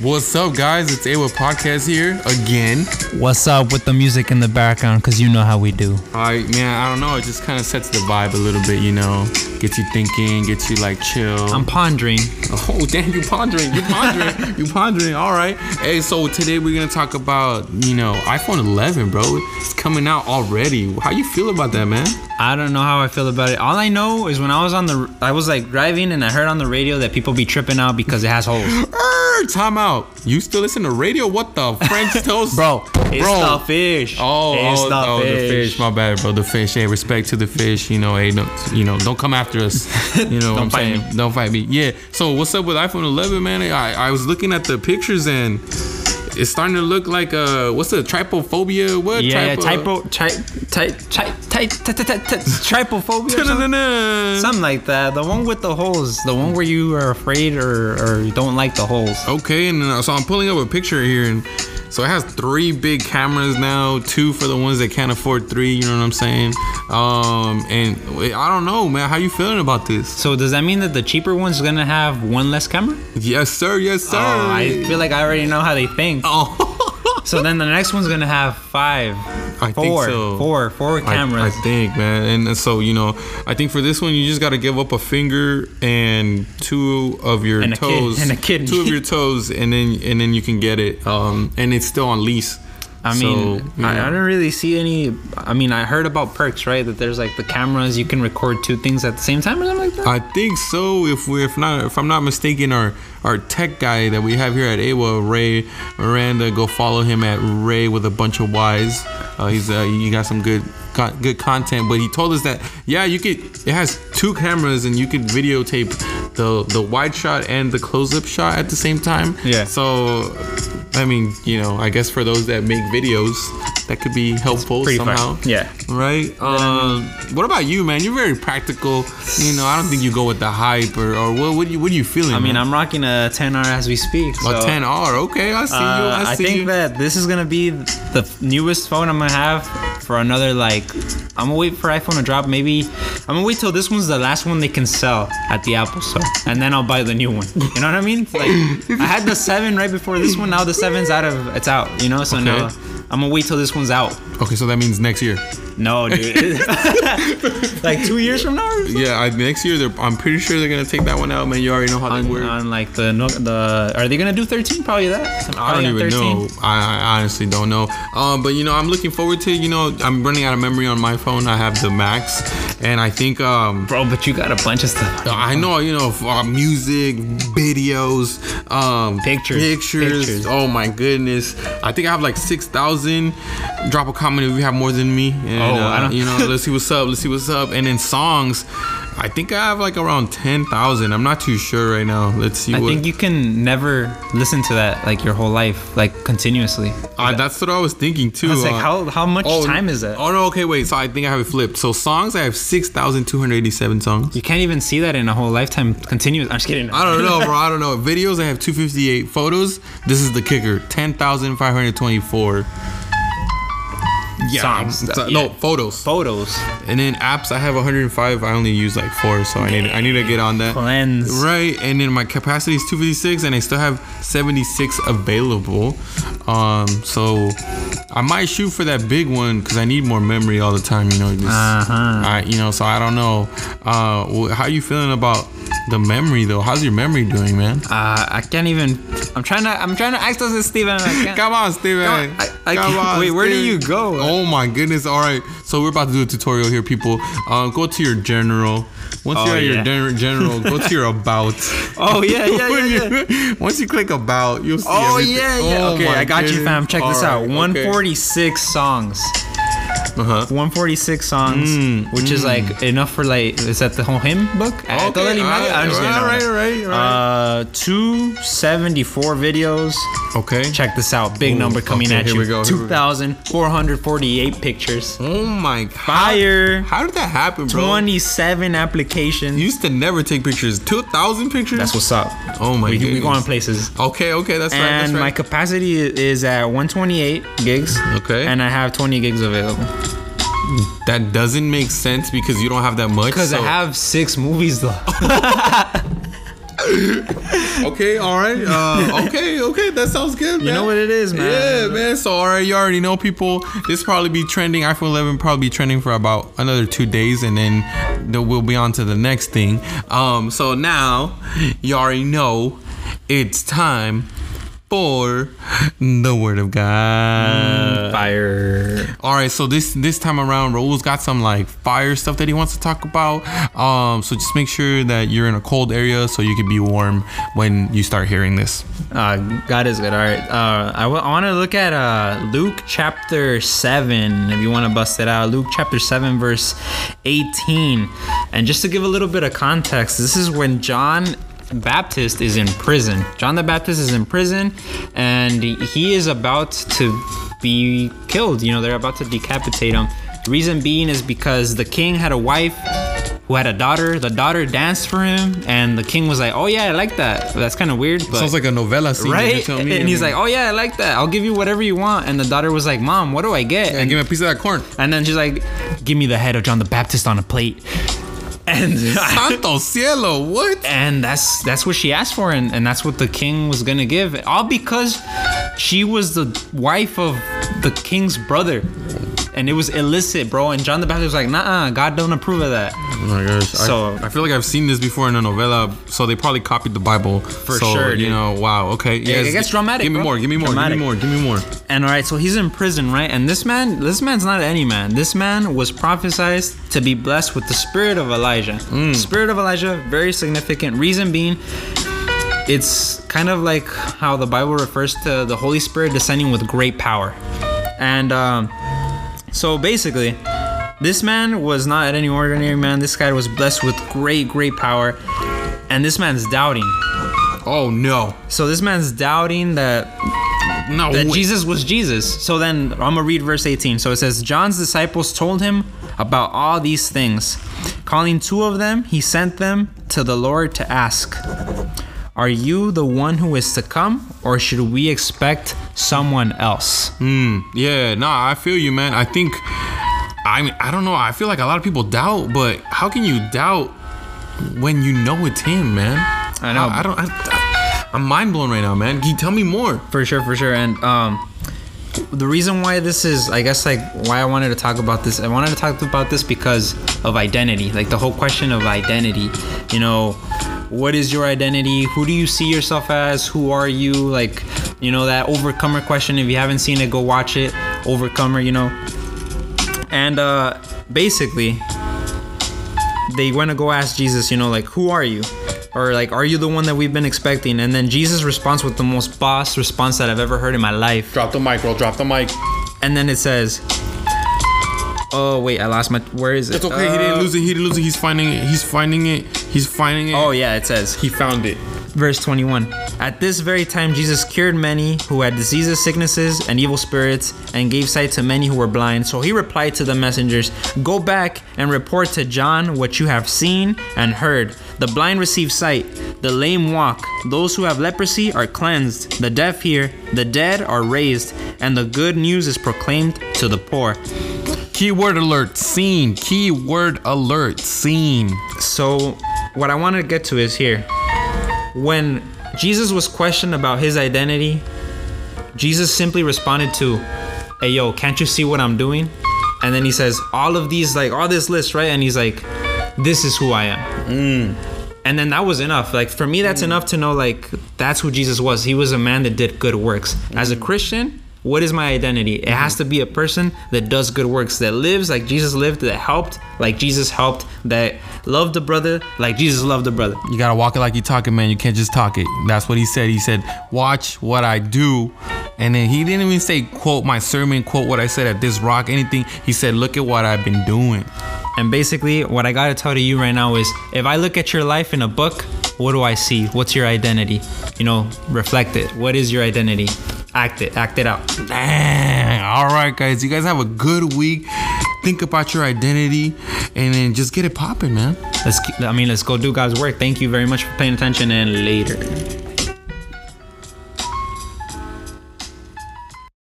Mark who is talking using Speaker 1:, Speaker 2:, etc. Speaker 1: What's up, guys? It's Awa Podcast here again.
Speaker 2: What's up with the music in the background? Cause you know how we do.
Speaker 1: I man, I don't know. It just kind of sets the vibe a little bit, you know. Gets you thinking, gets you like chill.
Speaker 2: I'm pondering.
Speaker 1: oh damn, you pondering, you pondering, you pondering. All right. Hey, so today we're gonna talk about you know iPhone 11, bro. It's coming out already. How you feel about that, man?
Speaker 2: I don't know how I feel about it. All I know is when I was on the, I was like driving and I heard on the radio that people be tripping out because it has holes.
Speaker 1: Er, time out. You still listen to radio? What the French toast,
Speaker 2: Bro, it's
Speaker 1: Bro.
Speaker 2: the fish.
Speaker 1: Oh,
Speaker 2: it's
Speaker 1: oh, oh, the fish. My bad, bro. The fish. Hey, respect to the fish. You know, hey, don't, you know, don't come after us. You know, what
Speaker 2: Don't
Speaker 1: I'm
Speaker 2: fight
Speaker 1: saying,
Speaker 2: me.
Speaker 1: don't fight me. Yeah. So what's up with iPhone 11, man? I, I was looking at the pictures and it's starting to look like uh, what's the tripophobia? What?
Speaker 2: yeah, yeah,
Speaker 1: Tripo-
Speaker 2: typo, tri, tri, tri, tri, tri, tri, tri, tripophobia. or something?
Speaker 1: Da-da-da-da.
Speaker 2: Something like that. The one with the holes. The one where you are afraid or, or you don't like the holes.
Speaker 1: Okay, and uh, so I'm pulling up a picture here, and so it has three big cameras now, two for the ones that can't afford three. You know what I'm saying? Um, and I don't know, man. How you feeling about this?
Speaker 2: So does that mean that the cheaper one's gonna have one less camera?
Speaker 1: Yes, sir. Yes, sir.
Speaker 2: Oh, I feel like I already know how they think.
Speaker 1: Oh.
Speaker 2: So then the next one's gonna have five,
Speaker 1: I think
Speaker 2: four,
Speaker 1: so.
Speaker 2: four, four
Speaker 1: I, I
Speaker 2: cameras.
Speaker 1: think, man, and so you know, I think for this one you just got to give up a finger and two of your
Speaker 2: And a kid-
Speaker 1: toes,
Speaker 2: and a kidney.
Speaker 1: two of your toes, and then and then you can get it. Um, and it's still on lease.
Speaker 2: I,
Speaker 1: So,
Speaker 2: mean,
Speaker 1: you
Speaker 2: I, I
Speaker 1: know.
Speaker 2: didn't really see any. I mean, I heard about perks, right? That there's like the cameras you can record two things at the same time or something like that.
Speaker 1: I think so. If we, if not, if I'm not mistaken, our our tech guy that we have here at AWA, Ray Miranda, go follow him at Ray with a bunch of Y's. Uh, he's uh, you got some good co- good content. But he told us that yeah, you could. It has two cameras and you could videotape the the wide shot and the close up shot at the same time.
Speaker 2: Yeah.
Speaker 1: So, I mean, you know, I guess for those that make videos, that could be helpful
Speaker 2: pretty fun.
Speaker 1: somehow.
Speaker 2: Yeah.
Speaker 1: Right. Um, what about you, man? You're very practical. You know, I don't think you go with the hype or, or what. What you what are you feeling?
Speaker 2: I mean, I'm rocking a 10R as we speak.
Speaker 1: a
Speaker 2: so,
Speaker 1: 10R. Okay, I see
Speaker 2: uh,
Speaker 1: you. I
Speaker 2: I
Speaker 1: see
Speaker 2: think
Speaker 1: you.
Speaker 2: that this is gonna be the f- newest phone I'm gonna have for another like. I'm gonna wait for iPhone to drop. Maybe I'm gonna wait till this one's the last one they can sell at the Apple Store, and then I'll buy the new one. You know what I mean? Like I had the seven right before this one. Now the seven's out of it's out. You know, so now
Speaker 1: Okay.
Speaker 2: I'm gonna wait till this one's out.
Speaker 1: okay, so that means next year.
Speaker 2: No, dude. like two years from now. Or something?
Speaker 1: Yeah, I, next year. They're, I'm pretty sure they're gonna take that one out, man. You already know how they
Speaker 2: On, uh,
Speaker 1: work.
Speaker 2: on like the no- the are they gonna do 13? Probably that.
Speaker 1: I don't even know. I, I honestly don't know. Um, but you know, I'm looking forward to. You know, I'm running out of memory on my phone. I have the max, and I think um,
Speaker 2: Bro, but you got a bunch of stuff.
Speaker 1: I know, you know, for, uh, music, videos, um,
Speaker 2: Pictures.
Speaker 1: pictures.
Speaker 2: Pictures.
Speaker 1: Oh my goodness! I think I have like six thousand. Drop a comment if you have more than me. And,
Speaker 2: Oh,
Speaker 1: uh,
Speaker 2: I don't-
Speaker 1: you know, let's see what's up. Let's see what's up. And then songs, I think I have like around ten thousand. I'm not too sure right now. Let's see
Speaker 2: I
Speaker 1: what.
Speaker 2: think you can never listen to that like your whole life, like continuously.
Speaker 1: uh, that's what I was thinking too.
Speaker 2: It's like
Speaker 1: uh,
Speaker 2: how how much
Speaker 1: oh,
Speaker 2: time is that?
Speaker 1: Oh no, okay, wait. So I think I have it flipped. So songs, I have six thousand two hundred eighty-seven songs.
Speaker 2: You can't even see that in a whole lifetime. Continuous. I'm just kidding.
Speaker 1: I don't know, bro. I don't know. Videos, I have 258. Photos, this is the kicker 10,524. Yeah.
Speaker 2: Songs,
Speaker 1: I'm-
Speaker 2: uh,
Speaker 1: so- No,
Speaker 2: yeah.
Speaker 1: photos.
Speaker 2: Photos.
Speaker 1: And then apps, I have 105. I only use like four, so I need I need to get on that.
Speaker 2: Cleanse.
Speaker 1: Right. And then my capacity is 256, and I still have 76 available. Um, so I might shoot for that big one because I need more memory all the time. You know, just,
Speaker 2: Uh-huh.
Speaker 1: I, you know. So I don't know. Uh, wh- how you feeling about the memory though? How's your memory doing, man?
Speaker 2: Uh, I can't even. I'm trying to. I'm trying to act as a Steven. I can't.
Speaker 1: Come on, Steven.
Speaker 2: Come on. I- I can't- wait, where do you go?
Speaker 1: Oh my goodness. All right. So we're about to do a tutorial here, people. Uh, go to your general. Once
Speaker 2: Oh,
Speaker 1: you're at your
Speaker 2: yeah.
Speaker 1: gen- general, go to your about.
Speaker 2: Oh yeah, yeah,
Speaker 1: When
Speaker 2: yeah.
Speaker 1: you-
Speaker 2: yeah.
Speaker 1: Once you click about, you'll see.
Speaker 2: Oh
Speaker 1: everything.
Speaker 2: yeah, yeah.
Speaker 1: Oh,
Speaker 2: okay,
Speaker 1: my
Speaker 2: I got you,
Speaker 1: goodness.
Speaker 2: fam. Check this
Speaker 1: All
Speaker 2: out.
Speaker 1: right,
Speaker 2: 146 songs.
Speaker 1: Okay. Uh huh.
Speaker 2: 146 songs,
Speaker 1: Mm,
Speaker 2: which is like enough for like. Is that the whole hymn book? I
Speaker 1: Okay,
Speaker 2: totally
Speaker 1: all
Speaker 2: mad. I'm just
Speaker 1: right,
Speaker 2: kidding. no, no, no.
Speaker 1: all right, all right, all right.
Speaker 2: Uh, 274 videos.
Speaker 1: Okay.
Speaker 2: Check this out. Big
Speaker 1: Ooh,
Speaker 2: number coming
Speaker 1: okay,
Speaker 2: at
Speaker 1: here
Speaker 2: you.
Speaker 1: we go, here we go.
Speaker 2: 2,448 pictures.
Speaker 1: Oh my god.
Speaker 2: Fire.
Speaker 1: How did that happen, bro?
Speaker 2: 27 applications.
Speaker 1: You used to never take pictures. Two thousand pictures.
Speaker 2: That's what's up.
Speaker 1: Oh my
Speaker 2: we, we
Speaker 1: goodness.
Speaker 2: going places.
Speaker 1: Okay. Okay. That's right. That's
Speaker 2: And my
Speaker 1: right.
Speaker 2: capacity is at 128 gigs.
Speaker 1: Okay.
Speaker 2: And I have 20 gigs available.
Speaker 1: That doesn't make sense because you don't have that much.
Speaker 2: Because I
Speaker 1: so-
Speaker 2: have six movies though.
Speaker 1: okay, all right. Uh, okay, okay. That sounds good, man.
Speaker 2: You know what it is, man.
Speaker 1: Yeah, man. So, all right, you already know, people. This probably be trending. iPhone 11 probably be trending for about another two days, and then th- we'll be on to the next thing. Um, so now you already know it's time for the Word of
Speaker 2: Mm.
Speaker 1: God.
Speaker 2: Fire.
Speaker 1: All right, so this this time around, Raul's got some like fire stuff that he wants to talk about. Um, so just make sure that you're in a cold area so you can be warm when you start hearing this.
Speaker 2: Uh, God is good. All right. Uh, I want to look at uh, Luke chapter 7, if you want to bust it out. Luke chapter 7, verse 18. And just to give a little bit of context, this is when John Baptist is in prison. John the Baptist is in prison, and he is about to be killed. You know, they're about to decapitate him. Reason being is because the king had a wife who had a daughter. The daughter danced for him, and the king was like, "Oh yeah, I like that. That's kind of weird." But
Speaker 1: Sounds like a novella scene. did you
Speaker 2: right?
Speaker 1: tell
Speaker 2: And
Speaker 1: me? I
Speaker 2: he's
Speaker 1: mean,
Speaker 2: like, "Oh yeah, I like that. I'll give you whatever you want." And the daughter was like, "Mom, what do I get?"
Speaker 1: "Yeah,
Speaker 2: and,
Speaker 1: give me a piece of that corn.
Speaker 2: and then she's like, "Give me the head of John the Baptist on a plate." And
Speaker 1: Santo cielo, what?
Speaker 2: and that's that's what she asked for, and, and that's what the king was gonna give, all because she was the wife of the king's brother, and it was illicit, bro. And John the Baptist was like, "Nah, God don't approve of that."
Speaker 1: Oh my gosh. I-
Speaker 2: So-
Speaker 1: I, feel like I've seen this before in a novella, so they probably copied the Bible. For
Speaker 2: sure,
Speaker 1: You
Speaker 2: dude.
Speaker 1: know, wow, okay. Yes,
Speaker 2: it gets dramatic,
Speaker 1: Give me
Speaker 2: bro.
Speaker 1: more, give me more,
Speaker 2: Dramatic.
Speaker 1: give me more, give me more.
Speaker 2: And all right, so he's in prison, right? And this man, this man's not any man. This man was prophesied to be blessed with the spirit of Elijah. Spirit of Elijah, very significant. Reason being, it's kind of like how the Bible refers to the Holy Spirit descending with great power. And um, so basically, this man was not any ordinary man. This guy was blessed with great, great power. And this man's doubting.
Speaker 1: Oh no.
Speaker 2: So this man's doubting that
Speaker 1: No.
Speaker 2: that
Speaker 1: way.
Speaker 2: Jesus was Jesus. So then I'm gonna read verse 18. So it says, John's disciples told him about all these things. Calling two of them, he sent them to the Lord to ask, Are you the one who is to come, or should we expect someone else?
Speaker 1: Mm, Yeah, nah, I feel you, man. I think, I mean, I don't know. I feel like a lot of people doubt, but how can you doubt when you know it's him, man?
Speaker 2: I know.
Speaker 1: I, I don't. I, I'm mind blown right now, man. Can you tell me more?
Speaker 2: For sure, for sure. And um the reason why this is I guess like why I wanted to talk about this. I wanted to talk about this because of identity. Like the whole question of identity. You know, what is your identity? Who do you see yourself as? Who are you? Like, you know, that overcomer question. If you haven't seen it, go watch it. Overcomer, you know. And uh basically they want to go ask Jesus, you know, like, who are you? Or like, are you the one that we've been expecting? And then Jesus responds with the most boss response that I've ever heard in my life.
Speaker 1: Drop the mic, bro. Drop the mic.
Speaker 2: And then it says, "Oh wait, I lost my. Where is it?
Speaker 1: It's okay. he didn't
Speaker 2: Uh,
Speaker 1: lose it. He didn't lose it. He's finding it. He's finding it. He's finding it.
Speaker 2: Oh yeah, it says
Speaker 1: he found it.
Speaker 2: verse 21. At this very time, Jesus cured many who had diseases, sicknesses, and evil spirits, and gave sight to many who were blind. So he replied to the messengers, "Go back and report to John what you have seen and heard. The blind receive sight, the lame walk, those who have leprosy are cleansed, the deaf hear, the dead are raised, and the good news is proclaimed to the poor."
Speaker 1: Keyword alert. Scene. Keyword alert. Scene.
Speaker 2: So, what I wanted to get to is here. When Jesus was questioned about his identity, Jesus simply responded to, Hey, yo, can't you see what I'm doing? And then he says, All of these, like, all this list, right? And he's like, This is who I am. And then that was enough. Like, for me, that's enough to know, like, that's who Jesus was. He was a man that did good works. As a Christian, what is my identity? It has to be a person that does good works, that lives like Jesus lived, that helped like Jesus helped, that loved the brother like Jesus loved the brother.
Speaker 1: You gotta walk it like you talk it, man. You can't just talk it. That's what he said. He said, "Watch what I do," and then he didn't even say, "Quote my sermon," "Quote what I said at this rock," anything. He said, "Look at what I've been doing."
Speaker 2: And basically, what I gotta tell to you right now is if I look at your life in a book, what do I see? What's your identity? You know, reflect it. What is your identity? Act it, act it out.
Speaker 1: Dang. All right, guys. You guys have a good week. Think about your identity, and then just get it popping, man.
Speaker 2: Let's, keep- I mean, let's go do God's work. Thank you very much for paying attention and later.